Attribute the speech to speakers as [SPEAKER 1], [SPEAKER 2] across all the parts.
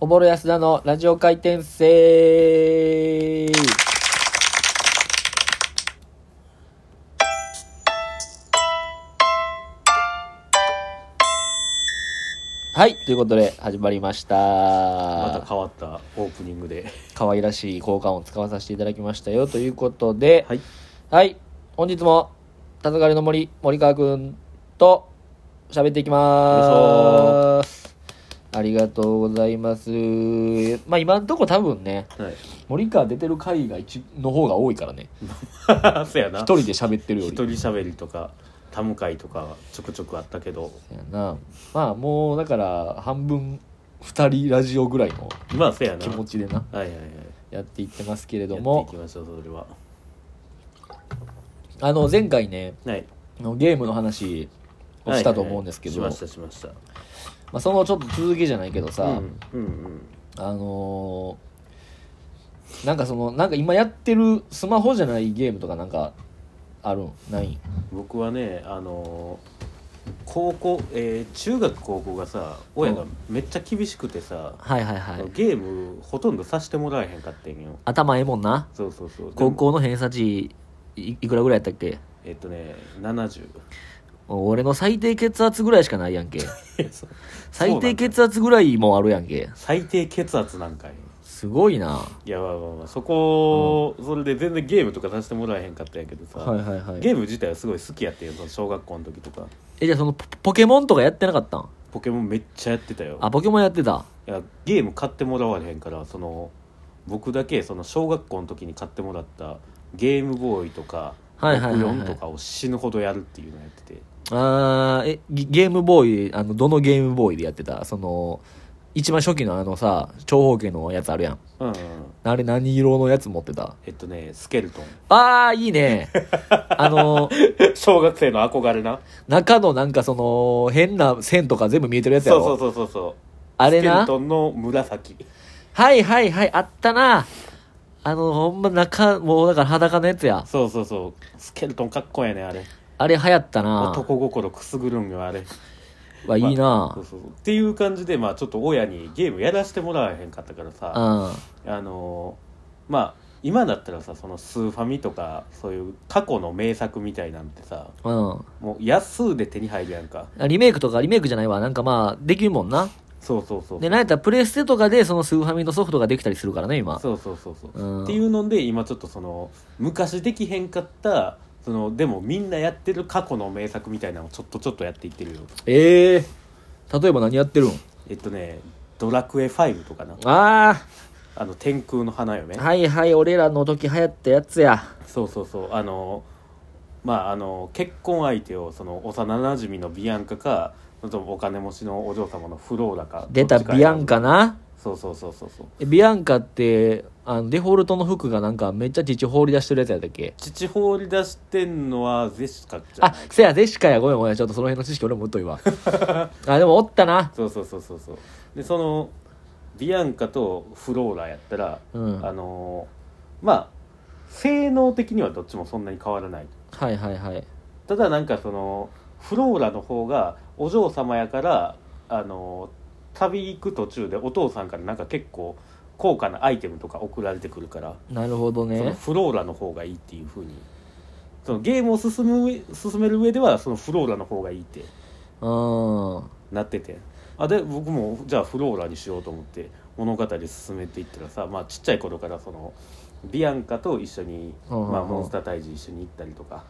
[SPEAKER 1] おぼろ安田のラジオ回転生はい、ということで始まりました。
[SPEAKER 2] また変わったオープニングで
[SPEAKER 1] 可愛らしい効果音を使わさせていただきましたよということで、
[SPEAKER 2] はい
[SPEAKER 1] はい、本日も、たつがれの森、森川くんと喋っていきま
[SPEAKER 2] よ
[SPEAKER 1] ーす。ありがとうございます。まあ今んとこ多分ね、
[SPEAKER 2] はい
[SPEAKER 1] 森川出てる回が一の方が多いからね。
[SPEAKER 2] そやな
[SPEAKER 1] 一人で喋ってるよ
[SPEAKER 2] 一
[SPEAKER 1] り。
[SPEAKER 2] 人喋りとかタム会とかちょくちょくあったけど
[SPEAKER 1] そやな。まあもうだから半分二人ラジオぐらいの
[SPEAKER 2] まあそやな
[SPEAKER 1] 気持ちでな、
[SPEAKER 2] はいはいはい
[SPEAKER 1] やっていってますけれ
[SPEAKER 2] や
[SPEAKER 1] ど
[SPEAKER 2] ってい
[SPEAKER 1] も
[SPEAKER 2] き、ましょうそれは
[SPEAKER 1] あの前回ね、
[SPEAKER 2] はい
[SPEAKER 1] のゲームの話をしたと思うんですけど、
[SPEAKER 2] はいはいはいしましたし
[SPEAKER 1] まあ、そのちょっと続きじゃないけど
[SPEAKER 2] ました
[SPEAKER 1] さ、
[SPEAKER 2] うんうんうん
[SPEAKER 1] あのーなんかそのなんか今やってるスマホじゃないゲームとかなんかあるんないん
[SPEAKER 2] 僕はねあのー高校、えー中学高校がさ親がめっちゃ厳しくてさ、
[SPEAKER 1] はいはいはい
[SPEAKER 2] ゲームほとんどさしてもらえへんかってんよ
[SPEAKER 1] 頭ええもんな
[SPEAKER 2] そうそうそう
[SPEAKER 1] 高
[SPEAKER 2] でも
[SPEAKER 1] 校の偏差値いいくらぐらいやったっけ
[SPEAKER 2] えっ、とね70
[SPEAKER 1] 俺の最低血圧ぐらいしかないや んけ最低血圧ぐらいもあるやんけ
[SPEAKER 2] 最低血圧なんかい
[SPEAKER 1] すごいない
[SPEAKER 2] やまあまあまあそこ、それで全然ゲームとかさせてもらえへんかったんやけどさ、
[SPEAKER 1] はいはいはい
[SPEAKER 2] ゲーム自体はすごい好きやってんその小学校の時とか
[SPEAKER 1] えじゃあそのポポケモンとかやってなかったん
[SPEAKER 2] ポケモンめっちゃやってたよ
[SPEAKER 1] あポケモンやってた
[SPEAKER 2] いやゲーム買ってもらわれへんからその僕だけその小学校の時に買ってもらったゲームボーイとか
[SPEAKER 1] はいはいはいはい
[SPEAKER 2] 64とかを死ぬほどやるっていうのやってて
[SPEAKER 1] あーえゲゲームボーイあのどのゲームボーイでやってたその一番初期のあのさ長方形のやつあるやん
[SPEAKER 2] うん、うん、
[SPEAKER 1] あれ何色のやつ持ってた
[SPEAKER 2] えっとねス ケルトン
[SPEAKER 1] ああいい ねあの
[SPEAKER 2] 小学生の憧れな
[SPEAKER 1] 中のなんかその変な線とか全部見えてるやつや
[SPEAKER 2] そ
[SPEAKER 1] ろ
[SPEAKER 2] うそうそうそうそう
[SPEAKER 1] あれ
[SPEAKER 2] スケ
[SPEAKER 1] な
[SPEAKER 2] ルトンの紫
[SPEAKER 1] はいはいはいあったなあのほんま中もうだから裸のやつや
[SPEAKER 2] そうそうそうスケルトンかっこええねあれ
[SPEAKER 1] あれ流行ったな
[SPEAKER 2] 男心くすぐるんよあれ
[SPEAKER 1] はいいな
[SPEAKER 2] そうそうそうっていう感じでまあちょっと親にゲームやらせてもらえへんかったから
[SPEAKER 1] う
[SPEAKER 2] さ
[SPEAKER 1] ん
[SPEAKER 2] あのーまあ今だったらさそのスーファミとかそういう過去の名作みたいなんてさ
[SPEAKER 1] うん
[SPEAKER 2] もう安で手に入るやんか
[SPEAKER 1] リメイクとかリメイクじゃないわなんかまあできるもんな
[SPEAKER 2] そうそうそう
[SPEAKER 1] で、なんやったらプレステとかでそのスーファミのソフトができたりするからね、今。
[SPEAKER 2] そうそうそうそう、
[SPEAKER 1] うん
[SPEAKER 2] っていうので今ちょっとその昔できへんかったそのでもみんなやってる過去の名作みたいなのをちょっとちょっとやっていってるよ
[SPEAKER 1] ええ例えば何やってるん
[SPEAKER 2] えっとね「ドラクエ5」とかな
[SPEAKER 1] あ
[SPEAKER 2] あの天空の花嫁
[SPEAKER 1] あ、はいはい、俺らの時流行ったやつや。
[SPEAKER 2] そうそうそうあのまああの結婚相手をその幼なじみのビアンカかそのお金持ちのお嬢様のフローラか
[SPEAKER 1] 出た
[SPEAKER 2] どっちか
[SPEAKER 1] ビアンカな。
[SPEAKER 2] そうそうそうそうそう
[SPEAKER 1] えビアンカって、あのデフォルトの服がなんかめっちゃ父放り出してるやつやったっけ
[SPEAKER 2] 父放り出してんのはゼシカちゃん
[SPEAKER 1] あ、せや、ゼシカや、ごめんごめん、ちょっとその辺の知識俺も疎い わ。あ、でもおったな。
[SPEAKER 2] そうそうそうそうそうでそのビアンカとフローラやったら、
[SPEAKER 1] うん
[SPEAKER 2] あのまあ性能的にはどっちもそんなに変わらない
[SPEAKER 1] はいはいはい。
[SPEAKER 2] ただなんかそのフローラの方がお嬢様やからあの旅行く途中でお父さんからなんか結構高価なアイテムとか送られてくるから、
[SPEAKER 1] なるほど
[SPEAKER 2] その
[SPEAKER 1] ね。
[SPEAKER 2] フローラの方がいいっていうふうにそのゲームを進む進める上ではそのフローラの方がいいって
[SPEAKER 1] うん。
[SPEAKER 2] なっててあで僕もじゃあフローラにしようと思って物語進めていったらさ、まあ、ちっちゃい頃からそのビアンカと一緒に、
[SPEAKER 1] うんうんうん
[SPEAKER 2] まあ、モンスター退治一緒に行ったりとか。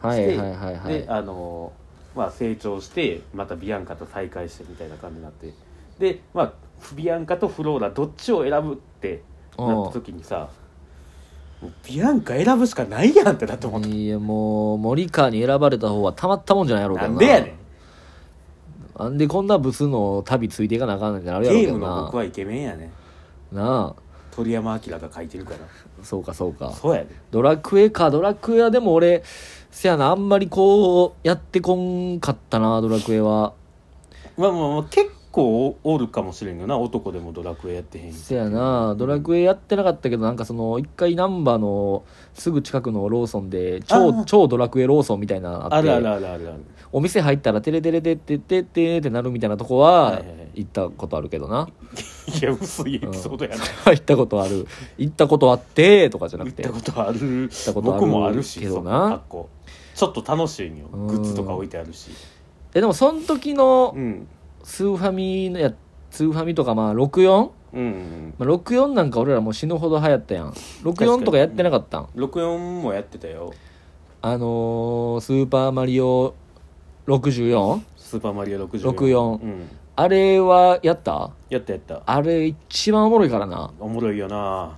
[SPEAKER 1] はいはいはいは
[SPEAKER 2] で
[SPEAKER 1] い。
[SPEAKER 2] あのまあ成長してまたビアンカと再会してみたいな感じになってでまあビアンカとフローラどっちを選ぶってなった時にさもうビアンカ選ぶしかないやんってなって思った、
[SPEAKER 1] いや、もう、森川に選ばれた方はたまったもんじゃないやろうけ
[SPEAKER 2] な
[SPEAKER 1] どな。
[SPEAKER 2] んでやねん
[SPEAKER 1] なんでこんなブスの旅ついていかなあかんねんってなる
[SPEAKER 2] ゲ
[SPEAKER 1] やろうけ
[SPEAKER 2] ー
[SPEAKER 1] ど
[SPEAKER 2] ム
[SPEAKER 1] な
[SPEAKER 2] の僕はイケメンやね
[SPEAKER 1] な
[SPEAKER 2] 鳥山明が書いてるから
[SPEAKER 1] あそうかそうか
[SPEAKER 2] そうやね
[SPEAKER 1] ドラクエかドラクエはでも俺せやなあんまりこうやってこんかったなドラクエは
[SPEAKER 2] まあまあまあ結構おおるかもしれんよな男でもドラクエやってへん
[SPEAKER 1] せやなドラクエやってなかったけどなんかその一回難波のすぐ近くのローソンで
[SPEAKER 2] あ
[SPEAKER 1] 超
[SPEAKER 2] ー
[SPEAKER 1] 超ドラクエローソンみたいなのあ
[SPEAKER 2] あ
[SPEAKER 1] って
[SPEAKER 2] るあるあるあるある
[SPEAKER 1] お店入ったらテレテレテテテテってなるみたいなとこ
[SPEAKER 2] は
[SPEAKER 1] はい
[SPEAKER 2] はいはい
[SPEAKER 1] 行ったことあるけどな、
[SPEAKER 2] いや薄いエ
[SPEAKER 1] うん
[SPEAKER 2] ピソードや
[SPEAKER 1] 行
[SPEAKER 2] な、
[SPEAKER 1] ったことある行ったことあってとかじゃな
[SPEAKER 2] 行
[SPEAKER 1] く
[SPEAKER 2] ってたことある
[SPEAKER 1] たことある
[SPEAKER 2] 僕もあるし
[SPEAKER 1] けどな
[SPEAKER 2] そこあっこちょっと楽しいんよ
[SPEAKER 1] うん
[SPEAKER 2] グッズとか置いてあるし
[SPEAKER 1] えでもその時の
[SPEAKER 2] うん
[SPEAKER 1] スーファミのやスーファミとかまあ64、
[SPEAKER 2] うん
[SPEAKER 1] まあ、64なんか俺らもう死ぬほど流行ったやん
[SPEAKER 2] 確か
[SPEAKER 1] 64
[SPEAKER 2] に
[SPEAKER 1] とかやってなかったん
[SPEAKER 2] 64もやってたよ
[SPEAKER 1] あのースーパーマリオ 64?
[SPEAKER 2] 「スーパーマリオ64」
[SPEAKER 1] 64
[SPEAKER 2] うん、
[SPEAKER 1] あれはやった
[SPEAKER 2] やったやった
[SPEAKER 1] あれ一番おもろいからな。
[SPEAKER 2] おもろいよな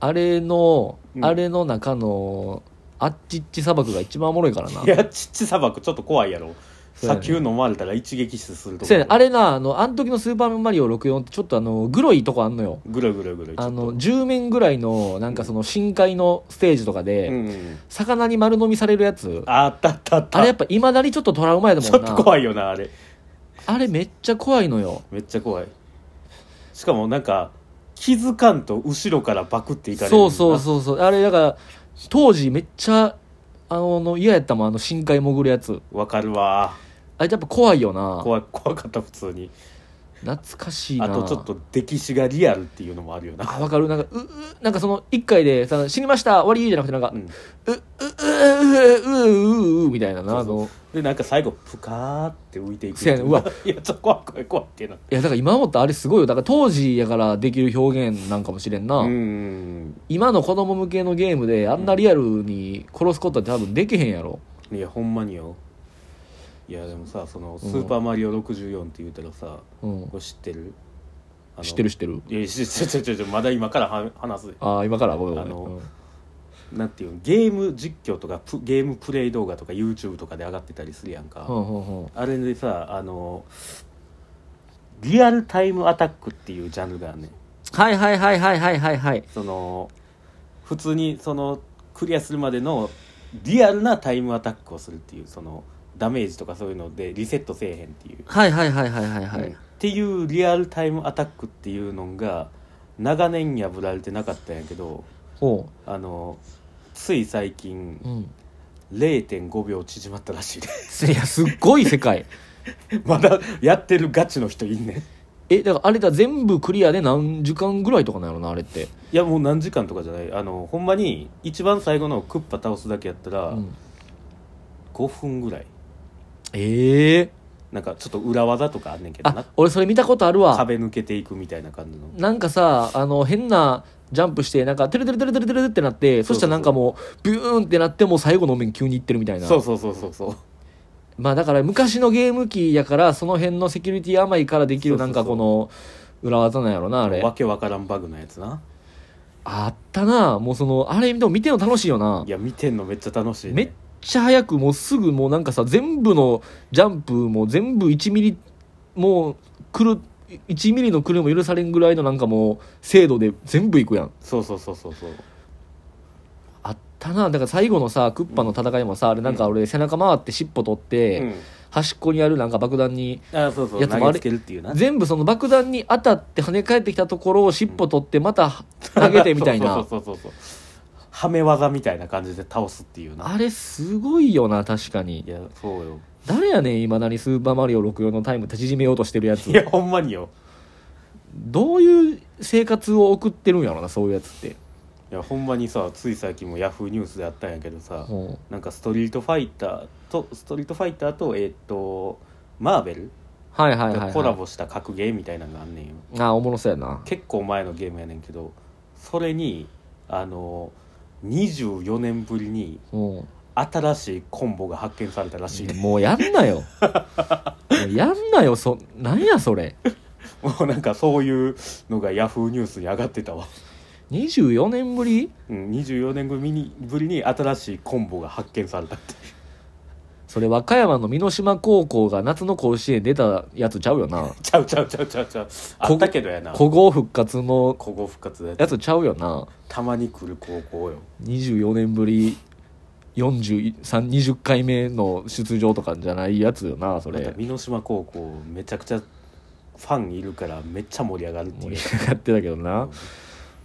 [SPEAKER 1] あれの、
[SPEAKER 2] うん
[SPEAKER 1] あれの中の、あっちっち砂漠が一番おもろいからな。
[SPEAKER 2] いやちっち砂漠ちょっと怖いやろ
[SPEAKER 1] そうや
[SPEAKER 2] 砂
[SPEAKER 1] ね
[SPEAKER 2] 丘飲まれたら一撃死すると
[SPEAKER 1] そうやねあ
[SPEAKER 2] れ
[SPEAKER 1] れな、あの、あの時のスーパーマリオ64ってちょっとあの、グロいとこあんのよ。
[SPEAKER 2] ぐるぐるぐる
[SPEAKER 1] あの、10面ぐらいの、なんかその深海のステージとかで、
[SPEAKER 2] うん、
[SPEAKER 1] 魚に丸飲みされるやつ。あ
[SPEAKER 2] あったあったあった
[SPEAKER 1] れやっぱ未だにちょっとトラウマやでも
[SPEAKER 2] ち
[SPEAKER 1] ん
[SPEAKER 2] ょ
[SPEAKER 1] な。
[SPEAKER 2] っと怖いよなあれ
[SPEAKER 1] あれめっちゃ怖いのよ。
[SPEAKER 2] めっちゃ怖いしかもなんか気づかんと後ろからバクっていかれる
[SPEAKER 1] そうそうそうそう。あれだから、当時めっちゃ、あの、嫌やったもん、あの深海潜るやつ。
[SPEAKER 2] うわかるわ
[SPEAKER 1] あれやっぱ怖いよな。
[SPEAKER 2] 怖い怖かった普通に
[SPEAKER 1] 懐かしいな
[SPEAKER 2] あとちょっと歴史がリアルっていうのもあるよな
[SPEAKER 1] あわかるなんかううなんかその一回でさ「死にました終わり」じゃなくてなんか
[SPEAKER 2] うん
[SPEAKER 1] 「ううううううううう」みたいなな
[SPEAKER 2] そ
[SPEAKER 1] あ
[SPEAKER 2] うそう
[SPEAKER 1] の
[SPEAKER 2] でなんか最後プカーって浮いていく
[SPEAKER 1] せやねうわ
[SPEAKER 2] いやちょっと怖い怖い怖いってない
[SPEAKER 1] やだから今思ったらあれすごいよだから当時やからできる表現なんかもしれんな、
[SPEAKER 2] うん
[SPEAKER 1] 今の子供向けのゲームであんなリアルに殺すことって多分できへんやろ
[SPEAKER 2] いやほんまによいやでもさその「スーパーマリオ64」って言うたらさ、
[SPEAKER 1] うん
[SPEAKER 2] これ知ってるあの
[SPEAKER 1] 知ってる知ってる
[SPEAKER 2] いやちょちょちょちょまだ今からは話す
[SPEAKER 1] ああ今からごめんごめん
[SPEAKER 2] あの
[SPEAKER 1] うん
[SPEAKER 2] なんていうのゲーム実況とかプゲームプレイ動画とか YouTube とかで上がってたりするやんか、
[SPEAKER 1] ほんほんほん
[SPEAKER 2] あれでさあのリアルタイムアタックっていうジャンルがあるねん
[SPEAKER 1] はいはいはいはいはいはいはい
[SPEAKER 2] その普通にそのクリアするまでのリアルなタイムアタックをするっていうそのダメージとかそういうのでリセットせえへんっていう、
[SPEAKER 1] はいはいはいはいはいは
[SPEAKER 2] うんっ
[SPEAKER 1] い
[SPEAKER 2] ていうリアルタイムアタックっていうのが長年破られてなかったんやけど
[SPEAKER 1] ほ
[SPEAKER 2] あのつい最近
[SPEAKER 1] ううん
[SPEAKER 2] 0.5秒縮まったらしいで
[SPEAKER 1] いやすっごい世界
[SPEAKER 2] まだやってるガチの人いんねんい
[SPEAKER 1] えだからあれだ全部クリアで何時間ぐらいとかなんやろなあれって
[SPEAKER 2] やもう何時間とかじゃないあのほんまに一番最後のクッパ倒すだけやったら
[SPEAKER 1] うん
[SPEAKER 2] 5分ぐらい
[SPEAKER 1] ええ
[SPEAKER 2] なんかちょっと裏技とかあんねんけどな
[SPEAKER 1] あ俺それ見たことあるわ
[SPEAKER 2] 壁抜けていくみたいな感じの
[SPEAKER 1] なんかさあの変なジャンプしてなんかてるてるてるてるてるってなってそ
[SPEAKER 2] そう
[SPEAKER 1] した
[SPEAKER 2] そうそう
[SPEAKER 1] らなんかもうビューンってなってもう最後の面急にいってるみたいな
[SPEAKER 2] そうそうそうそうそう
[SPEAKER 1] まあだから昔のゲーム機やからその辺のセキュリティ甘いからできる
[SPEAKER 2] そ
[SPEAKER 1] な
[SPEAKER 2] うそ
[SPEAKER 1] ん
[SPEAKER 2] うそ
[SPEAKER 1] か
[SPEAKER 2] う
[SPEAKER 1] この裏技なんやろなあれ
[SPEAKER 2] わけわからんバグのやつな
[SPEAKER 1] あったなもうそのあれでも見てんの楽しいよない
[SPEAKER 2] や見てんのめっちゃ楽しい、ね、
[SPEAKER 1] めっちゃ早くもうすぐもうなんかさ全部のジャンプも全部1ミリもう来る1ミリの狂いも許されんぐらいのなんかもう精度で全部いくやん
[SPEAKER 2] そうそうそうそうそう
[SPEAKER 1] あったなだから最後のさクッパの戦いもさ、あれなんか俺背中回って尻尾取って、
[SPEAKER 2] うん
[SPEAKER 1] 端っこにあるなんか爆弾に
[SPEAKER 2] あそうそう
[SPEAKER 1] やつもあ
[SPEAKER 2] 投
[SPEAKER 1] れ
[SPEAKER 2] げつけるっていうな
[SPEAKER 1] 全部その爆弾に当たって跳ね返ってきたところを尻尾取ってまた投げてみたい
[SPEAKER 2] そう
[SPEAKER 1] な
[SPEAKER 2] そうそうそうそうはめ技みたいな感じで倒すっていうな
[SPEAKER 1] あれすごいよな確か
[SPEAKER 2] い
[SPEAKER 1] に
[SPEAKER 2] やそうよ
[SPEAKER 1] 誰やねんいまだに「スーパーマリオ64」のタイムって縮めようとしてるやつ
[SPEAKER 2] いやほんまによ
[SPEAKER 1] どういう生活を送ってるんやろなそういうやつって
[SPEAKER 2] いやほんまにさつい最近もヤフーニュースであったんやけどさ
[SPEAKER 1] うん
[SPEAKER 2] なんかストリートファイターとストリートファイターとえーっとマーベル
[SPEAKER 1] はいはいはい、は
[SPEAKER 2] が
[SPEAKER 1] い、
[SPEAKER 2] コラボした格ゲーみたいなのがあんねんよ、
[SPEAKER 1] あおもろそうやな
[SPEAKER 2] 結構前のゲームやねんけどそれにあの24年ぶりに
[SPEAKER 1] うん
[SPEAKER 2] 新しいコンボが発見されたらしいね
[SPEAKER 1] もうやんなよもうやんなよそなんやそれ
[SPEAKER 2] もうなんかそういうのがヤフーニュースに上がってたわ、
[SPEAKER 1] 24年ぶり
[SPEAKER 2] うん、24年ぶりにぶりに新しいコンボが発見されたって
[SPEAKER 1] それ和歌山の箕島高校が夏の甲子園出たやつちゃうよな
[SPEAKER 2] ちゃうちゃうちゃうちゃうちゃうあったけどやな
[SPEAKER 1] 古豪復活の
[SPEAKER 2] 古豪復活で
[SPEAKER 1] やつちゃうよな
[SPEAKER 2] たまに来る高校よ
[SPEAKER 1] 24年ぶり4320回目の出場とかじゃないやつよなそ
[SPEAKER 2] また
[SPEAKER 1] れ
[SPEAKER 2] 箕島高校めちゃくちゃファンいるからめっちゃ盛り上がるって
[SPEAKER 1] 盛
[SPEAKER 2] い
[SPEAKER 1] り
[SPEAKER 2] う
[SPEAKER 1] 上がってたけどな、ま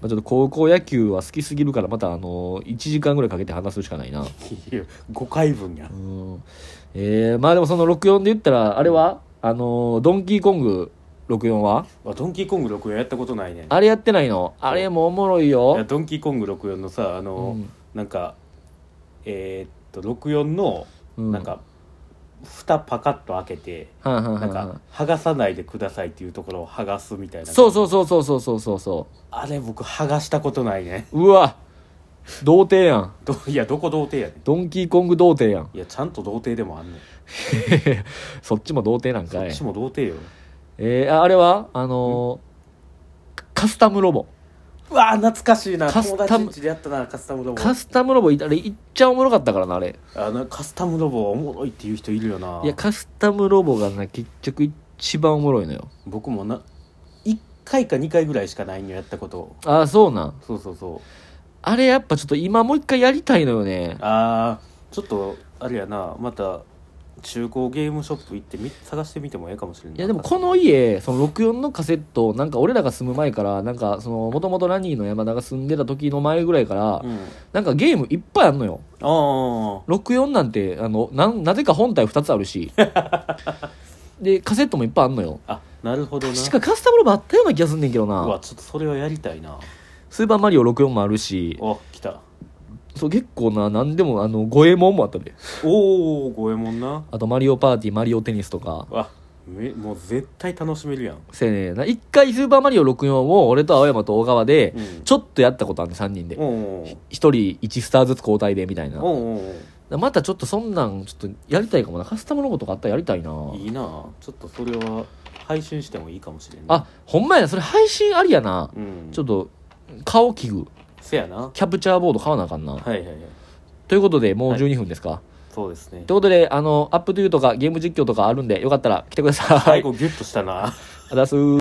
[SPEAKER 1] あ、ちょっと高校野球は好きすぎるからまたあの1時間ぐらいかけて話すしかないな
[SPEAKER 2] 5回分や
[SPEAKER 1] うんえー、まあでもその64で言ったらあれはあのドンキーコング64は
[SPEAKER 2] あドンキーコング64やったことないね
[SPEAKER 1] あれやってないのあれもおもろい
[SPEAKER 2] いや
[SPEAKER 1] よ
[SPEAKER 2] ドンキーコング64のさあの、
[SPEAKER 1] うん
[SPEAKER 2] なんかえーっと64の
[SPEAKER 1] うん
[SPEAKER 2] なんか、蓋パカッと開けて
[SPEAKER 1] はんはんは
[SPEAKER 2] なん
[SPEAKER 1] んは
[SPEAKER 2] か
[SPEAKER 1] ん
[SPEAKER 2] 剥がさないでくださいっていうところを剥がすみたいな
[SPEAKER 1] そうそうそうそうそうそうそうそ
[SPEAKER 2] あれ僕剥がしたことないね
[SPEAKER 1] ううわ童貞やん
[SPEAKER 2] どいやどこ童貞やね
[SPEAKER 1] ドンキーコング童貞や ん
[SPEAKER 2] んいやちゃんと童貞でもあんねん
[SPEAKER 1] そっちも童貞なん
[SPEAKER 2] そ
[SPEAKER 1] か
[SPEAKER 2] っ
[SPEAKER 1] い
[SPEAKER 2] ちも童貞よ
[SPEAKER 1] えー、ああれはあのーカスタムロボ
[SPEAKER 2] うわー懐かしいな
[SPEAKER 1] カス
[SPEAKER 2] 友
[SPEAKER 1] タム
[SPEAKER 2] 達ん家でやったなカスタムロボ
[SPEAKER 1] カスタムロボいたあれいっちゃおもろかったからなあれ
[SPEAKER 2] あのカスタムロボはおもろいっていう人いるよない
[SPEAKER 1] やカスタムロボがな結局一番おもろいのよ
[SPEAKER 2] 僕もな1回か2回ぐらいしかないのやったこと
[SPEAKER 1] ああそうなん
[SPEAKER 2] そうそうそう
[SPEAKER 1] あれやっぱちょっと今もう一回やりたいのよね
[SPEAKER 2] あーちょっとあれやなまた中古ゲームショップ行ってみ探してみてもええかもしれない
[SPEAKER 1] いやでもこの家その64のカセットなんか俺らが住む前からなんかそのもともとラニーの山田が住んでた時の前ぐらいから
[SPEAKER 2] うん
[SPEAKER 1] なんかゲームいっぱいあんのよ
[SPEAKER 2] あ
[SPEAKER 1] 64なんてあのなんなぜか本体2つある しでカセットもいっぱいあんのよ
[SPEAKER 2] ああなるほどな
[SPEAKER 1] 確かカスタムロボあったような気がすんねんけど
[SPEAKER 2] うわ
[SPEAKER 1] な
[SPEAKER 2] ちょっとそれはやりたいな
[SPEAKER 1] スーパーマリオ64もあるし
[SPEAKER 2] お来た
[SPEAKER 1] そう結構な何でもあの五右衛門もあったで
[SPEAKER 2] おお五右衛門な
[SPEAKER 1] あとマリオパーティーマリオテニスとか
[SPEAKER 2] あめもう絶対楽しめるやん
[SPEAKER 1] せやねんな一回スーパーマリオ64を俺と青山と小川で
[SPEAKER 2] うん
[SPEAKER 1] ちょっとやったことあるね3人で
[SPEAKER 2] おお
[SPEAKER 1] 一人1スターずつ交代でみたいな
[SPEAKER 2] おお
[SPEAKER 1] またちょっとそんなんちょっとやりたいかもなカスタムロボとかあったらやりたいない
[SPEAKER 2] いなちょっとそれは配信してもいいかもしれんない
[SPEAKER 1] あほんまやなそれ配信ありやな
[SPEAKER 2] うん
[SPEAKER 1] ちょっと顔器具
[SPEAKER 2] せやなは
[SPEAKER 1] キャプチャーボード買わなあかんな、
[SPEAKER 2] いはいはい
[SPEAKER 1] ということでもう
[SPEAKER 2] はい
[SPEAKER 1] 12分ですか、
[SPEAKER 2] そうですね
[SPEAKER 1] ということであのアップトゥーとかゲーム実況とかあるんでよかったら来てください、
[SPEAKER 2] 最後ギュッとした
[SPEAKER 1] あり
[SPEAKER 2] な
[SPEAKER 1] がとうございます